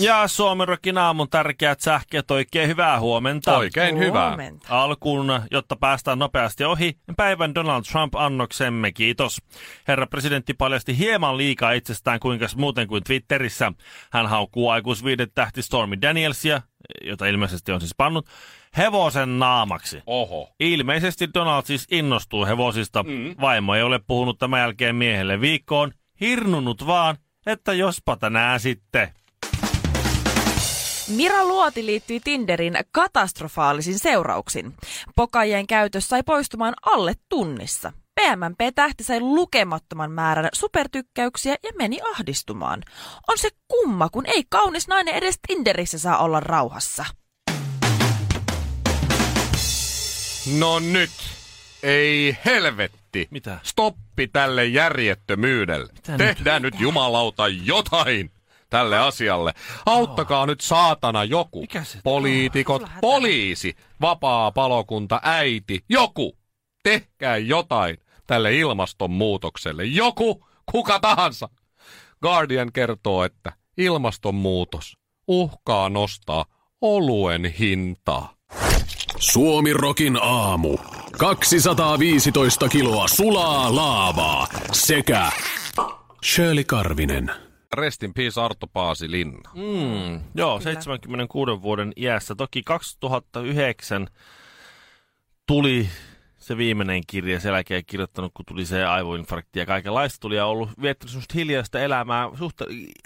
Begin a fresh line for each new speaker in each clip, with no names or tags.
Ja Suomenrokin aamun tärkeät sähkeet, oikein hyvää huomenta.
Oikein hyvä.
Huomenta.
Alkuun, jotta päästään nopeasti ohi, päivän Donald Trump-annoksemme, kiitos. Herra presidentti paljasti hieman liikaa itsestään kuinkas muuten kuin Twitterissä. Hän haukkuu aikuisviidet tähti Stormy Danielsia, jota ilmeisesti on siis pannut, hevosen naamaksi.
Oho. Mm.
Ilmeisesti Donald siis innostuu hevosista. Vaimo ei ole puhunut tämän jälkeen miehelle viikkoon. Hirnunut vaan, että jospa tänään sitten.
Mira Luoti liittyi Tinderin katastrofaalisin seurauksin. Pokajien käytös sai poistumaan alle tunnissa. PMP-tähti sai lukemattoman määrän supertykkäyksiä ja meni ahdistumaan. On se kumma, kun ei kaunis nainen edes Tinderissä saa olla rauhassa.
No nyt. Ei helvetti.
Mitä?
Stoppi tälle järjettömyydelle.
Mitä
Tehdään nyt? nyt jumalauta jotain tälle asialle. Auttakaa nyt saatana joku.
Mikä se-
Poliitikot, poliisi, vapaa palokunta, äiti, joku. Tehkää jotain tälle ilmastonmuutokselle. Joku, kuka tahansa. Guardian kertoo, että ilmastonmuutos uhkaa nostaa oluen hintaa.
Suomi Rokin aamu. 215 kiloa sulaa laavaa sekä Shirley Karvinen.
Restin peace Arto Paasilinna.
Mm, joo, 76 vuoden iässä. Toki 2009 tuli se viimeinen kirja, sen jälkeen ei kirjoittanut, kun tuli se aivoinfarkti ja kaikenlaista tuli ja ollut viettänyt semmoista hiljaista elämää, suht,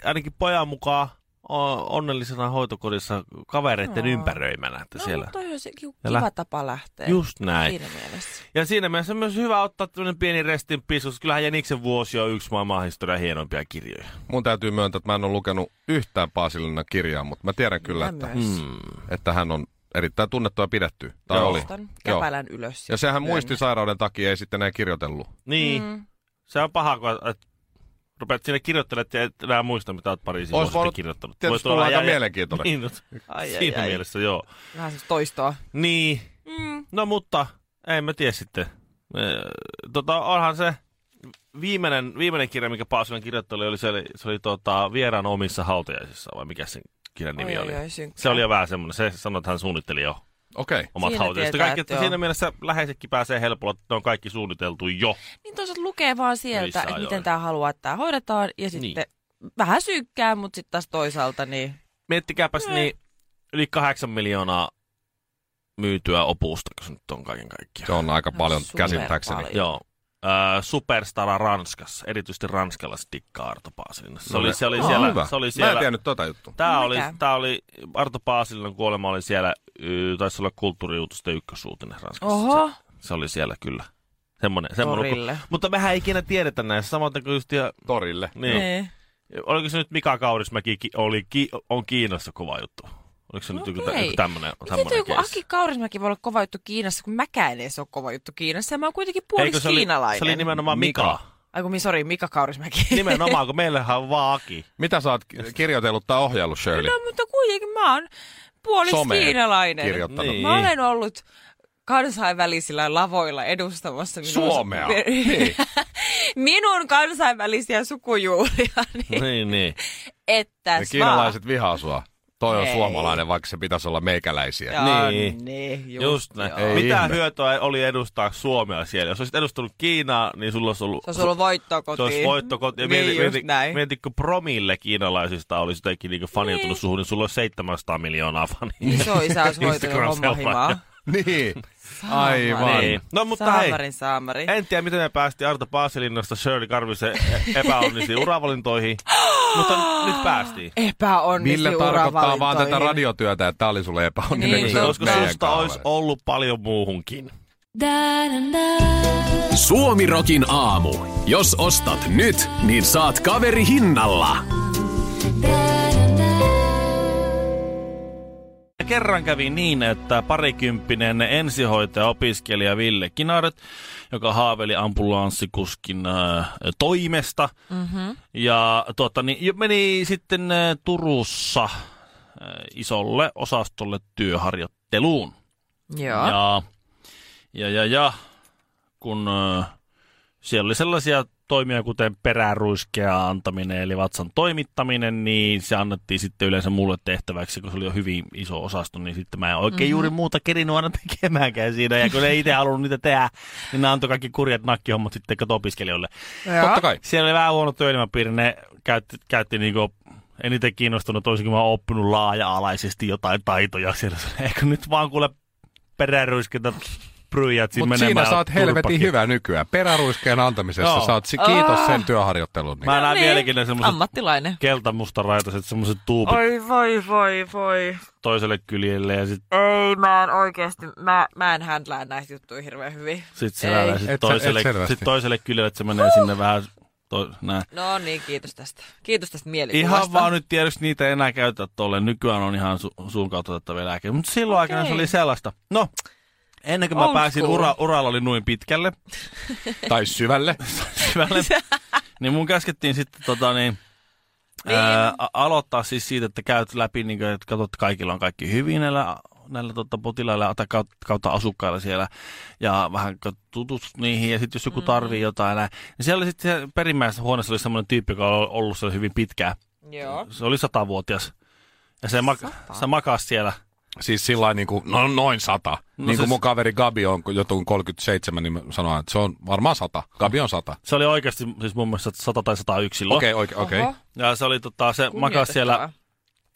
ainakin pojan mukaan o- onnellisena hoitokodissa kavereiden
Joo.
ympäröimänä. Että siellä.
No, toi on se kiva
Älä-
tapa lähteä.
Just näin.
Siinä mielessä.
Ja siinä mielessä myös hyvä ottaa tämmöinen pieni restin piece, koska kyllähän Jäniksen vuosi on yksi maailman historian hienoimpia kirjoja.
Mun täytyy myöntää, että mä en ole lukenut yhtään Paasilinnan kirjaa, mutta mä tiedän kyllä,
Mä
että,
myös.
että hän on erittäin tunnettu ja pidetty. Tai
Mm. Joo.
oli.
Nostan
Joo.
Käpälän ylös.
Ja sehän
lyön.
muistisairauden takia ei sitten enää kirjoitellut.
Niin, mm. se on paha, kun et, rupeat siinä kirjoittelemaan, ja et enää muista, mitä olet pariisin
Ois
vuosi sitten
voinut
kirjoittanut.
Tietysti
olla
olla aika
jäljellä-
mielenkiintoinen.
Niin, no,
Ai, ai,
siinä
ai.
mielessä joo.
Vähän siis toistoa.
Niin,
Mm.
no mutta, ei mä tiedä sitten. Ö, Tota, onhan se viimeinen, viimeinen kirja, mikä Paasilan kirjoitteli, oli, se oli, se oli tota, Vieraan omissa hautajaisissa, vai mikä sen kirjan nimi
Oi,
oli?
oi, oi, synkkää.
se oli jo vähän semmoinen, se sanoi, että hän suunnitteli jo
Okei. Okay.
omat
Siinä
hautajaiset.
tietää,
Kaikki,
että
että
joo.
siinä mielessä läheisetkin pääsee helpolla, että ne on kaikki suunniteltu jo.
Niin toisaalta lukee vaan sieltä,
Niissä
että
ajoin.
miten tämä haluaa, että tämä hoidetaan. Ja sitten
Niin.
vähän synkkää, mutta sitten taas toisaalta niin...
Miettikääpäs
Mm.
niin yli kahdeksan miljoonaa myytyä opusta, kun se nyt on kaiken kaikkiaan.
Se on aika
No,
paljon
super
käsittääkseni.
paljon.
Joo. Öö, superstara Ranskassa, erityisesti ranskalaiset dikkaa Arto Paasilinen. Se,
No
oli,
ne-
se oli
Aa,
siellä,
hyvä.
se oli
Mä en
siellä.
tiennyt tota juttu.
Tämä
No
oli,
mitä?
tää oli, Arto Paasilinen kuolema oli siellä, y, taisi olla kulttuuriuutisten ykkösuutinen Ranskassa.
Oho,
Se, se, oli siellä kyllä. Semmoinen, semmoinen kun,
torille.
mutta mehän ei ikinä tiedetä näissä, samoin kuin just, ja,
Torille.
niin.
Niin.
Oliko se nyt Mika Kaurismäki ki- oli, ki- on Kiinassa kova juttu? Oliko se nyt joku, tä-
Okei.
joku tämmönen,
Miten toi
tämmönen
No joku
keissi?
Aki Kaurismäki voi olla kova juttu Kiinassa, kun mäkään ei se ole kova juttu Kiinassa. Ja mä oon kuitenkin puolis
Eikö se oli,
kiinalainen.
se oli nimenomaan Niin. Mika.
Ai kun, mi- sori, Mika Kaurismäki.
nimenomaan, kun meillähän on vaan Aki.
Mitä sä oot ki- kirjoitellut tai ohjaillut, Shirley?
no, mutta kuitenkin mä oon puolis
Someen
kiinalainen.
kirjoittanut.
Niin.
Mä olen ollut kansainvälisillä lavoilla edustamassa minun...
Suomea. niin.
minun kansainvälisiä sukujuuria, niin
niin, niin.
että
Ne kiinalaiset vihaa sua. Toi on
Ei.
suomalainen, vaikka se pitäisi olla meikäläisiä.
Niin.
niin. niin just,
Just näin.
joo.
Ei
Mitä
ihme.
hyötyä oli edustaa Suomea siellä? Jos olisit edustanut Kiinaa, niin sulla olisi ollut...
Se olisi ollut voittoa
se
kotiin.
olisi voitto kotiin. Ja
Niin,
mieti,
just
mieti,
näin.
mieti, kun promille kiinalaisista olisi jotenkin niinku faniutunut
Niin.
niin. suhun, niin sulla olisi 700 miljoonaa fania.
Iso isä olisi hoitanut homma
Instagram-seuraajia.
himaa.
niin. Aivan.
Niin. No mutta hei,
saamarin saamari.
en tiedä miten me päästiin Arto Paasilinnasta Shirley Karvisen epäonnisiin uravalintoihin, mutta nyt päästiin.
Epäonnisi
Ville tarkoittaa vaan tätä
uravalintoihin.
radiotyötä, että tää oli sulle epäonninen.
Niin,
kun sä
se
olit
Koska
meidän
susta
kanssa.
olisi ollut paljon muuhunkin.
Suomi Rokin aamu. Jos ostat nyt, niin saat kaveri hinnalla.
kerran kävi niin, että parikymppinen ensihoitaja-opiskelija Ville Kinaret, joka haaveli ambulanssikuskin äh, toimesta, mm-hmm. ja tuota, niin, jo- meni sitten äh, Turussa äh, isolle osastolle työharjoitteluun.
Joo. Ja.
Ja, ja, ja, ja kun ö, siellä oli sellaisia toimia, kuten peräruiskea antaminen, eli vatsan toimittaminen, niin se annettiin sitten yleensä mulle tehtäväksi, kun se oli jo hyvin iso osasto, niin sitten mä en oikein mm-hmm. juuri muuta kerinyt aina tekemäänkään siinä, ja kun ei itse halunnut niitä tehdä, niin ne antoi kaikki kurjat nakkihommat sitten kato opiskelijoille.
Totta kai.
Siellä oli vähän huono työilmapiiri, ne käytti, käytti niinku eniten kiinnostunut, olisinko mä oppinut laaja-alaisesti jotain taitoja siellä. Eikö nyt vaan kuule peräruiskinta pryijät siinä
Mutta siinä
menemään
saat helvetin
turpakin.
hyvä nykyään. Peräruiskeen antamisessa
Joo.
saat, si- kiitos sen työharjoittelun. Niin.
Mä näen
niin.
vieläkin ne semmoset
Ammattilainen.
keltamustaraiset semmoset tuupit
Oi voi voi voi.
toiselle kyljelle ja sit,
Ei mä en oikeesti, mä, mä en händlää näitä juttuja hirveän hyvin.
sit se
Ei.
ja sit,
Et sä- et
toiselle,
selvästi.
sit toiselle kyljelle, että se menee sinne vähän to, näin.
No niin, kiitos tästä. Kiitos tästä mielikuvasta.
Ihan vaan nyt tietysti niitä ei enää käytä tolle. Nykyään on ihan su- suun kautta otettavia lääkkeitä. Mutta silloin okay. aikana se
Okei.
oli sellaista. No, ennen kuin mä
Old
pääsin
school.
ura, uralla oli noin pitkälle,
Tai syvälle.
syvälle, niin mun käskettiin sitten tota niin, ää, a- aloittaa siis siitä, että käyt läpi, niin kuin, että katsot, että kaikilla on kaikki hyvin näillä, näillä tota, potilailla tai kaut- kautta asukkailla siellä ja vähän ka- tutustut niihin ja sitten jos joku
Mm.
tarvii jotain näin. Niin siellä oli sitten siellä perimmäisessä huoneessa oli semmoinen tyyppi, joka oli ollut siellä hyvin pitkään.
Joo.
Se oli satavuotias. Ja se, maka, se makasi siellä.
Siis sillä niin kuin, no noin sata. No, niin kuin
siis-
mun kaveri Gabi on kun jotain 37, niin mä sanoin, että se on varmaan sata. Gabi on sata.
Se oli oikeasti siis mun mielestä 100 tai 101 silloin.
Okei, okei, okei.
Oho,
Ja se oli tota, se makasi siellä
kunnioitettavaa.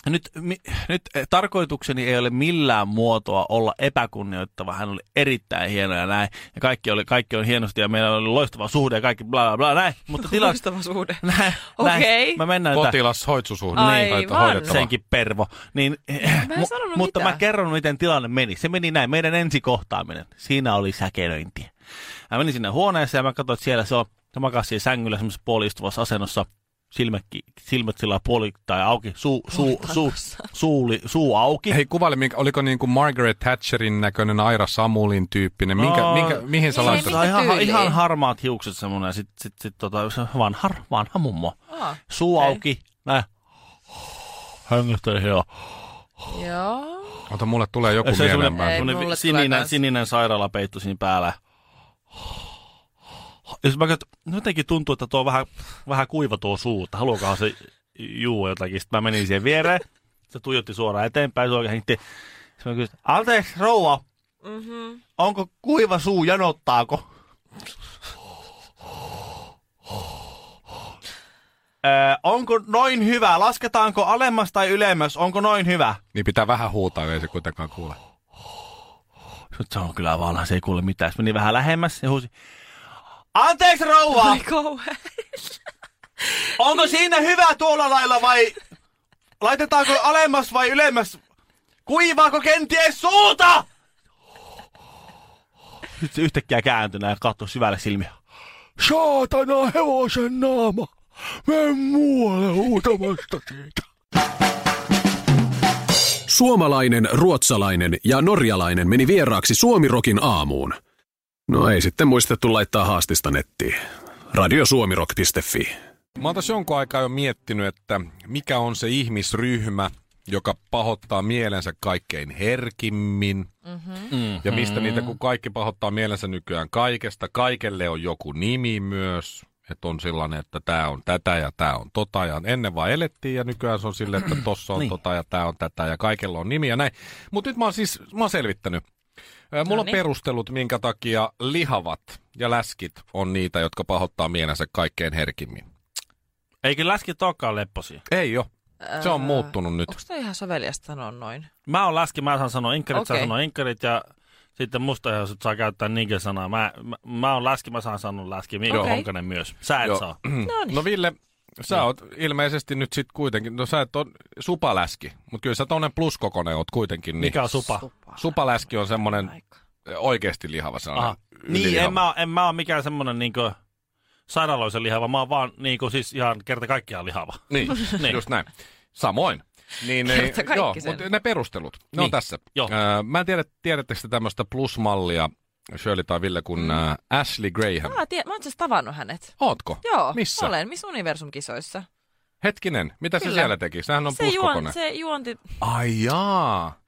Nyt, mi, nyt eh, tarkoitukseni ei ole millään muotoa olla epäkunnioittava. Hän oli erittäin hieno ja näin. Ja kaikki oli, kaikki oli hienosti ja meillä oli loistava suhde ja kaikki bla bla bla näin. Mutta tilasto...
Loistava suhde.
näin,
Okei.
näin. Mä mennään tätä
Potilas hoitsusuhde.
Aivan.
Hoito- hoidettava.
senkin pervo. Niin,
en sanonut
mutta
mitään.
mä kerron, miten tilanne meni. Se meni näin, meidän ensikohtaaminen. Siinä oli säkelöintiä. Mä menin sinne huoneeseen ja mä katsoin, että siellä se on, se makasi siinä sängyllä semmoisessa puoliistuvassa asennossa, silmät, silmät sillä puolittain auki, suu, suu, suu, suuli, suu auki.
Hei, kuvaile, minkä, oliko niin kuin Margaret Thatcherin näköinen Aira Samulin tyyppinen? Minkä,
No,
minkä, mihin sä
ei niin
laitat?
mitään.
Sillä on ihan,
tyyliin?
ihan harmaat hiukset semmoinen, ja sit, sit, sit tota, se vanha, vanha mummo.
Aa,
Suu
okei.
auki, näin. Hengähteli joo.
Joo.
Ota, mulle tulee joku
Ja se on
mieleen.
semmoinen,
Mä-
niinku- Ei, mulle tulee
semmoinen sininen,
kans.
sininen sairaalapeitto siinä päällä. Ja sit mä katsoin, että jotenkin tuntuu, että tuo on vähän, vähän kuiva tuo suu, että haluakohan se juua jotakin. Sitten mä menin siihen viereen, se tuijotti suoraan eteenpäin, se oikein hengitti. Sitten mä kysyin, anteeksi rouva, mm-hmm. onko kuiva suu, janottaako? Öö, onko noin hyvä? Lasketaanko alemmas tai ylemmäs? Onko noin hyvä?
Niin pitää vähän huutaa, ei se kuitenkaan kuule.
Sitten se on kyllä vanha, se ei kuule mitään. Sitten meni vähän lähemmäs ja huusi, anteeksi rouva,
Ai kauhean.
onko siinä hyvä tuolla lailla vai laitetaanko alemmas vai ylemmäs? Kuivaako kenties suuta? Sitten se yhtäkkiä kääntynä ja katsoi syvälle silmiä.
Saatana hevosen naama! Me muualle huutamasta siitä.
Suomalainen, ruotsalainen ja norjalainen meni Niin vieraaksi Suomirokin aamuun. No ei sitten muistettu laittaa haastista nettiin. Radiosuomirok.fi
Mä oon tässä jonkun aikaa jo miettinyt, että mikä on se ihmisryhmä, joka pahoittaa mielensä kaikkein herkimmin. Mm-hmm. Ja mistä niitä, kun kaikki pahoittaa mielensä nykyään kaikesta. Kaikelle on joku nimi myös. Että on sellainen, että tämä on tätä ja tämä on tota. Ja ennen vaan elettiin ja nykyään se on silleen, että tossa on
Niin.
tota ja tämä on tätä ja kaikella on nimi ja näin. Mutta nyt mä oon siis, mä oon selvittänyt. Ää, Mulla on
Noniin.
perustelut, minkä takia lihavat ja läskit on niitä, jotka pahoittaa mielensä kaikkein herkimmin.
Eikö läski olekaan lepposia?
Ei ole. Se on
Ää,
muuttunut nyt.
Onko toi ihan soveliasta sanoa noin?
Mä oon läski, mä saan sanoa inkarit, okay. saa
Okei.
sanoa inkarit ja sitten musta jos saa käyttää niinkin sanaa. Mä, mä, mä oon läski, mä saan sanoa läski. Mikko
Okei.
Honkanen myös. Sä et
Joo.
saa.
No niin.
No Ville, sä oot ilmeisesti nyt sit kuitenkin, no sä et on supaläski, mutta kyllä sä tonnen pluskokonen oot kuitenkin. Niin
Mikä on supa?
Supaläski on semmonen
Aika.
oikeasti lihava
Aha.
sellainen.
Niin,
ylilihava.
en mä, oo- en mä ole mikään semmoinen niinku sairaaloisen lihava, mä oon vaan niinku siis ihan kerta kaikkiaan lihava.
Niin,
Niin.
just näin. Samoin. Niin,
Kerta kaikki
joo,
sen.
mutta ne perustelut, ne niin.
Niin,
on tässä.
joo.
Öö, mä en tiedä, tiedättekö te tämmöistä plusmallia, Shirley tai Ville, kun mm. Ashley Graham.
Mä, tie, mä oon itse asiassa tavannut hänet.
Ootko?
Joo,
Missä?
olen Miss Universum-kisoissa.
Hetkinen, mitä se
Kyllä.
siellä teki? Sehän on
Se,
pluskokone.
juon, se juonti,
Ai jaa.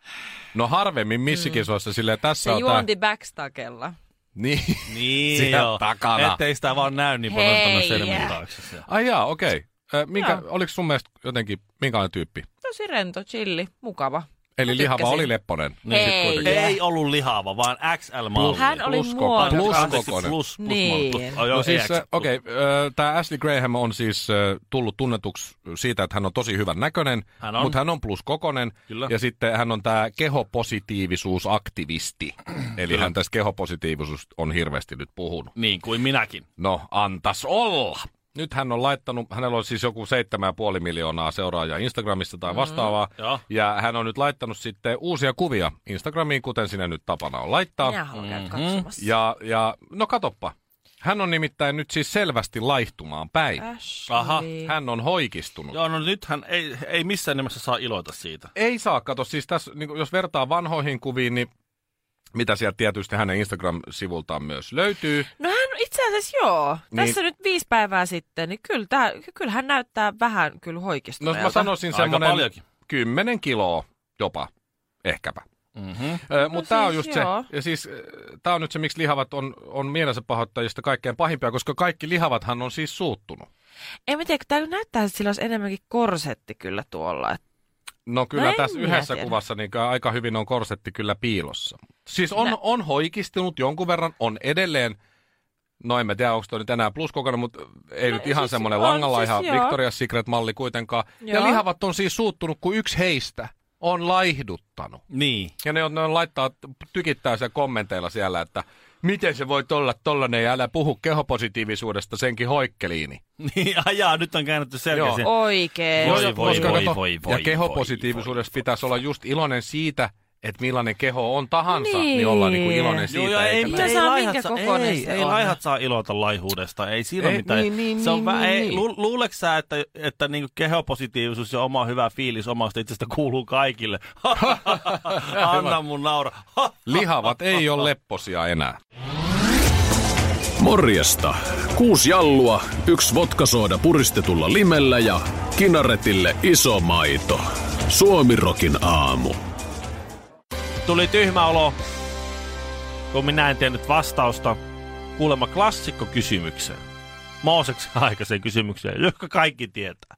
No harvemmin missikisoissa silleen tässä
Mm. se
on tää...
juonti backstakella.
Niin.
Niin
Siellä
joo.
takana.
Ettei sitä vaan näy niin paljon
Hei,
tuonne
jää.
sermin taakse.
Ai jaa, okei. Okay. Minkä,
Joo.
oliko sun mielestä jotenkin, minkälainen tyyppi?
Tosi rento, chilli, mukava.
Eli lihava
tykkäsin.
oli lepponen. Niin
Hei.
sit kuitenkin.
Jää.
Ei ollut lihava, vaan XL-malli.
Hän oli
Pluskoko-
muodokas.
Anteeksi,
Pluskokoinen.
Plus, plus,
Niin.
plus, plus, oh, joo,
No siis,
ei XL, plus.
okei, okay, tämä Ashley Graham on siis ö, tullut tunnetuksi siitä, että hän on tosi hyvän näköinen,
Hän on.
mutta hän on pluskokonen,
Kyllä.
ja sitten hän on tämä kehopositiivisuusaktivisti. Eli
Kyllä.
hän tässä kehopositiivisuus on hirveästi nyt puhunut.
Niin kuin minäkin.
No, antas olla! Nyt hän on laittanut, hänellä on siis joku 7,5 miljoonaa seuraajaa Instagramissa tai vastaavaa.
Joo.
Ja hän on nyt laittanut sitten uusia kuvia Instagramiin, kuten sinä nyt tapana on laittaa.
Minä haluan käydä katsomassa.
Ja, ja no katoppa. Hän on nimittäin nyt siis selvästi laihtumaan päin.
Ashley.
Aha,
Hän on hoikistunut.
Joo, no nythän ei, ei missään nimessä saa iloita siitä.
Ei saa, kato, siis tässä, niin kuin jos vertaa vanhoihin kuviin, niin mitä sieltä tietysti hänen Instagram-sivultaan myös löytyy.
No hän itse asiassa joo.
Niin.
Niin. Tässä nyt viisi päivää sitten, niin kyllä, tää, kyllä hän näyttää vähän kyllä
No
hoikistuneelta.
mä sanoisin
Aika
semmoinen
paljonkin.
10 kiloa jopa, ehkäpä.
Mm-hmm.
Ö, Mutta tämä on
siis
just se,
joo.
ja siis tämä on nyt se, miksi lihavat on, on mielensä pahoittajista kaikkein pahimpia, koska kaikki lihavathan on siis suuttunut.
En mä tiedä, kun täällä näyttää, että sillä olisi enemmänkin korsetti kyllä tuolla. Et
No kyllä
No
no
en
tässä
minä
yhdessä
tiedä.
kuvassa niin kyllä aika hyvin on korsetti kyllä piilossa. Siis on,
Nä-
on hoikistunut jonkun verran, on edelleen, no en mä tiedä onko toi nyt enää pluskokoinen, mutta ei
No
nyt
ei,
ihan
siis
semmoinen
on,
langalaiha
siis
siis
joo.
Victoria's Secret-malli kuitenkaan. Ja
Joo.
lihavat on siis suuttunut, kun yksi heistä on laihduttanut.
Niin.
Ja ne, on, ne on laittaa, tykittää sen kommenteilla siellä, että miten se voi olla tollanen ja älä puhu kehopositiivisuudesta senkin hoikkeliini.
Niin, ajaa, nyt on käännetty selkeä
Joo.
siihen.
oikein.
Voi,
Joo, ja
voi,
koska
voi,
kato,
voi,
Ja
voi,
kehopositiivisuudessa
voi,
pitäisi olla just iloinen siitä, että millainen keho on tahansa, niin,
Niin.
olla niinku iloinen siitä.
Joo, joo, ei,
Mitä
ei,
saa,
laihat
minkä
saa-
kokoinen
ei,
se
ei
on?
laihat saa iloita laihuudesta, ei siinä
Ei,
ei, mitään.
niin, niin,
se on
niin,
vä-
niin,
ei,
niin.
Lu, luuleeko sä, että, että niinku kehopositiivisuus ja oma hyvä fiilis omasta itsestä kuuluu kaikille? Anna mun naura.
Lihavat ei ole lepposia enää.
Morjesta. Kuusi jallua, yksi vodkasooda puristetulla limellä ja kinaretille iso maito. Suomirokin aamu.
Tuli tyhmä olo, kun minä en tiennyt vastausta kuulemma klassikko kysymykseen. Mooseksen aikaiseen kysymykseen, joka kaikki tietää.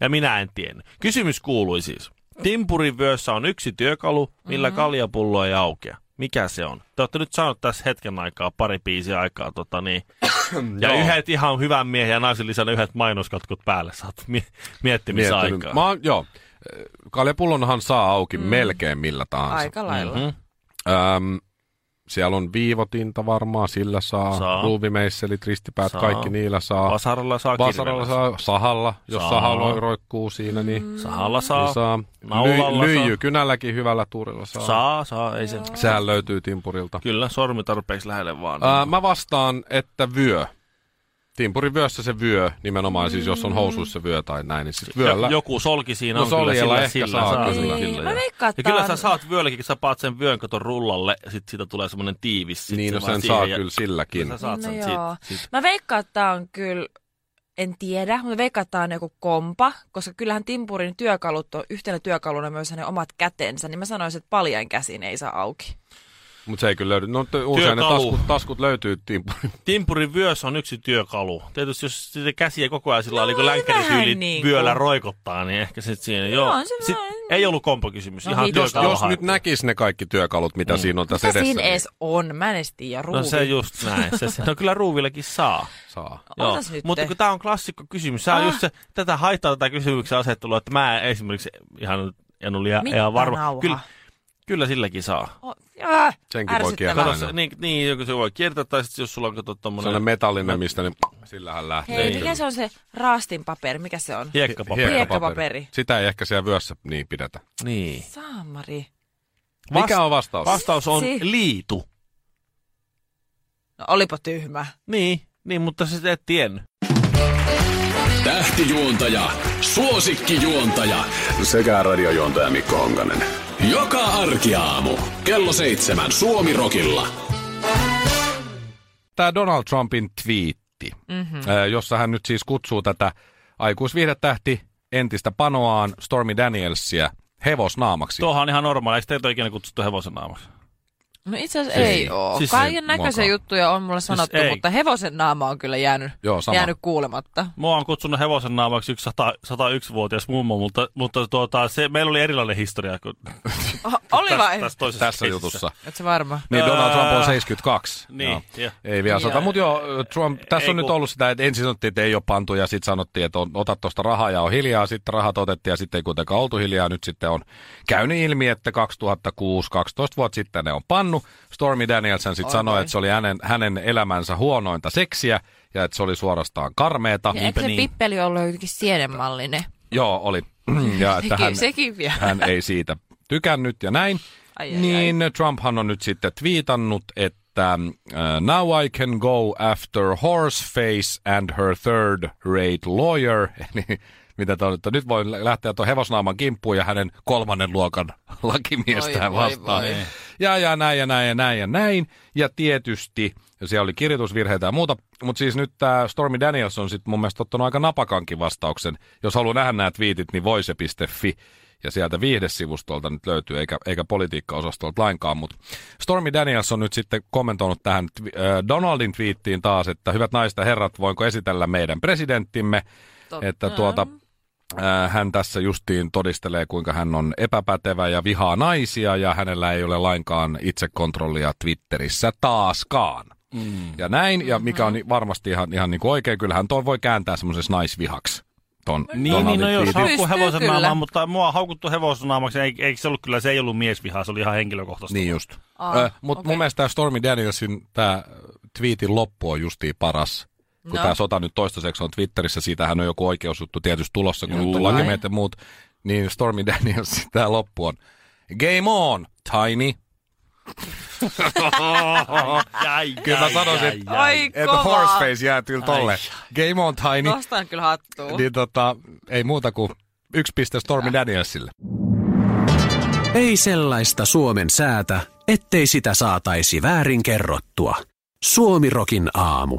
Ja minä en tiennyt. Kysymys kuului siis. Timpurin vyössä on yksi työkalu, millä mm-hmm. kaljapullo ei aukea. Mikä se on? Te olette nyt saanut tässä hetken aikaa, pari biisiä aikaa, tota niin. ja yhdet ihan hyvän miehen ja naisen lisänä yhdet mainoskatkut päälle. Saat mie- miettimisaikaa.
Mä, oon- joo. Kaljapullonhan saa auki mm. melkein millä tahansa.
Aika lailla. Mm-hmm.
Öm, siellä on viivotinta varmaan, sillä saa.
Saa.
Ruuvimeisselit, ristipäät,
Saa.
kaikki niillä saa.
Vasaralla saa
Vasaralla
kirvellä.
saa, sahalla, jos
Saa.
saha roikkuu siinä,
Mm.
niin, niin
Sahalla saa.
saa.
Naulalla
Lyijy-
saa.
Lyijykynälläkin hyvällä tuurilla saa.
Saa, saa, ei se.
Sehän löytyy timpurilta.
Kyllä, sormi tarpeeksi lähelle vaan.
Ää, mä vastaan, että vyö. Timpurin vyössä se vyö, nimenomaan siis
Mm.
jos on housuissa vyö tai näin, niin siis vyöllä.
Jo- Joku solki siinä
No
on kyllä,
soljella
sillä,
ehkä
sillä
saa
saa.
kyllä.
kyllä,
Niin,
kyllä,
mä
joo.
veikkaan,
ja
että
kyllä
on-
sä saat vyölläkin, kun sä paat sen vyön katon rullalle, sit siitä tulee semmoinen tiivis. Sit
niin,
se
no
vaan
sen
siihen
saa
ja-
kyllä silläkin.
Sä saat sen
No joo.
sit, sit.
Mä veikkaan, että tää on kyllä, en tiedä, mutta mä veikkaan, että tää on joku kompa, koska kyllähän Timpurin työkalut on yhtenä työkaluna myös hänen omat kätensä, niin mä sanoisin, että paljain käsin ei saa auki.
Mutta se ei kyllä löydy. No, t- usein ne
Työkalu.
taskut, taskut löytyy timpurin.
Timpurin vyös on yksi työkalu. Tietysti jos sitä käsiä koko ajan sillä no,
No,
niin
ei
länkkärityyli
vähän niinku.
vyöllä roikottaa, niin ehkä sit siinä. Joo,
on se
sit,
vähän niinku.
ei ollut kompakysymys,
No
ihan
hit-
Jos,
Työkalu
jos nyt
haettiin.
näkis ne kaikki työkalut, mitä mm. siinä on tässä
Mitä
edessä,
siinä
niin
edes on? Mä en edes tiedä, ruuvi.
No se just näin. Se, se, no kyllä ruuvillekin saa.
niin saa.
Joo.
Ootas nyt.
Mutta kun tämä on klassikko kysymys, ah.
Ah.
just se, tätä haittaa tätä kysymyksen asettelua, että mä en esimerkiksi ihan, nyt- en ole ihan,
Mitta
ihan varma.
nauha.
Kyllä, kyllä silläkin saa.
O- äh,
Senkin voi
ärsyttävää.
kiertää.
Kato,
Aina.
se, niin, niin, joku se voi kiertää, tai sitten jos sulla on kato
Sellainen
tommonen
metallinen, mistä ne, sillähän lähtee.
Hei,
Ei.
mikä se on se raastin paperi? Mikä se on?
hiekkapaperi.
Hiek- Hiekkapaperi.
Sitä ei ehkä siellä vyössä niin pidetä.
Niin.
Saamari.
Mikä on vastaus?
Vastaus on
Si-
liitu.
No olipa tyhmä.
Niin, niin mutta se et tiennyt.
Tähtijuontaja, suosikkijuontaja sekä radiojuontaja Mikko Honkanen. Joka arkiaamu kello seitsemän Suomi Rokilla.
Tämä Donald Trumpin twiitti, mm-hmm. jossa hän nyt siis kutsuu tätä aikuisviihdetähti entistä panoaan Stormy Danielsia hevosnaamaksi.
Tuohan on ihan normaali. Eikö teitä ole ikinä kutsuttu hevosen naamaksi?
No itse asiassa
Siis-
ei, ei oo.
siis ei
Siis Kaiken näköisiä
muakaan.
juttuja on mulle sanottu,
ei.
siis mutta hevosen naama on kyllä jäänyt,
Joo, sama.
jäänyt kuulematta.
Mua on kutsunut hevosen naamaksi yksi 100, 101-vuotias mummo, mutta, mutta tuota, se, meillä oli erilainen historia kuin
Oho, oli vai?
tässä toisessa
Tässä
keisissä.
jutussa.
Et se varma?
Niin, Donald Trump on
Öö,
72.
niin,
Joo.
joo.
Ei vielä sata.
Joo.
Mutta joo, Trump, tässä
Ei
on nyt
kun-
ollut sitä, että ensin sanottiin, että ei ole pantu, ja sitten sanottiin, että on, ota tuosta rahaa ja on hiljaa, sitten rahat otettiin, ja sitten ei kuitenkaan oltu hiljaa. Nyt sitten on käynyt ilmi, että 2006, 12 vuotta sitten ne on pannu. Stormy Danielsen sitten sanoi, että se oli hänen, hänen elämänsä huonointa seksiä, ja että se oli suorastaan karmeeta.
Ja eikö se
niin.
pippeli ollut jotenkin sienenmallinen?
Joo, oli. Ja että
Niin,
Sekin,
hän,
sekin vielä.
hän ei siitä tykännyt ja näin.
Ai, ai,
niin Trumphan on nyt sitten twiitannut, että uh, now I can go after horseface and her third rate lawyer. Eli mitä tämä on, että nyt voi lähteä tuon hevosnaaman kimppuun ja hänen kolmannen luokan
Oi,
lakimiestään
voi,
vastaan.
voi.
Ja, ja näin ja näin ja näin ja näin. Ja tietysti, ja siellä oli kirjoitusvirheitä ja muuta, mutta siis nyt tämä Stormy Daniels on sitten mun mielestä ottanut aika napakankin vastauksen. Jos haluaa nähdä nämä twiitit, niin voise.fi. Ja sieltä viihdesivustolta nyt löytyy, eikä, eikä politiikkaosastolta lainkaan. Mutta Stormy Daniels on nyt sitten kommentoinut tähän twi- äh, Donaldin twiittiin taas, että hyvät naiset ja herrat, voinko esitellä meidän presidenttimme?
Totta.
Että tuota, Äh, hän tässä justiin todistelee, kuinka hän on epäpätevä ja vihaa naisia ja hänellä ei ole lainkaan itsekontrollia Twitterissä taaskaan. Mm. Ja näin, ja mikä on varmasti ihan, ihan niin kuin oikein, kyllähän tuo voi kääntää semmoisessa naisvihaksi. Ton
Niin, niin,
Donaldin
no jos
twiitin.
Pystyy
haukkuu hevosen
kyllä.
naamaan, mutta mua on haukuttu hevosen naamaksi. Ei, eikö se ollut kyllä, se ei ollut miesvihaa, se oli ihan henkilökohtaista.
Niin just.
Aa,
Äh, Mutta
okei.
mun mielestä tämä Stormy Danielsin tämä twiitin loppu on justiin paras. Kun
No.
no. tämä sota nyt toistaiseksi on Twitterissä, siitähän on joku oikeusjuttu tietysti tulossa, kun nyt on
Juu.
lakimeet ja muut. Niin Stormy Daniels, tämä loppu on Game on, Tiny.
Jäi,
Kyllä mä
jäi,
sanoisin,
jäi, jäi.
Ai
Että
kovaa.
Horseface jää kyllä tolle. Game on
niin.
Tiny.
Nostan kyllä hattua.
Niin tota, ei muuta kuin yksi piste Stormy Danielsille.
Ei sellaista Suomen säätä, ettei sitä saataisi väärin kerrottua. Suomi Rokin aamu.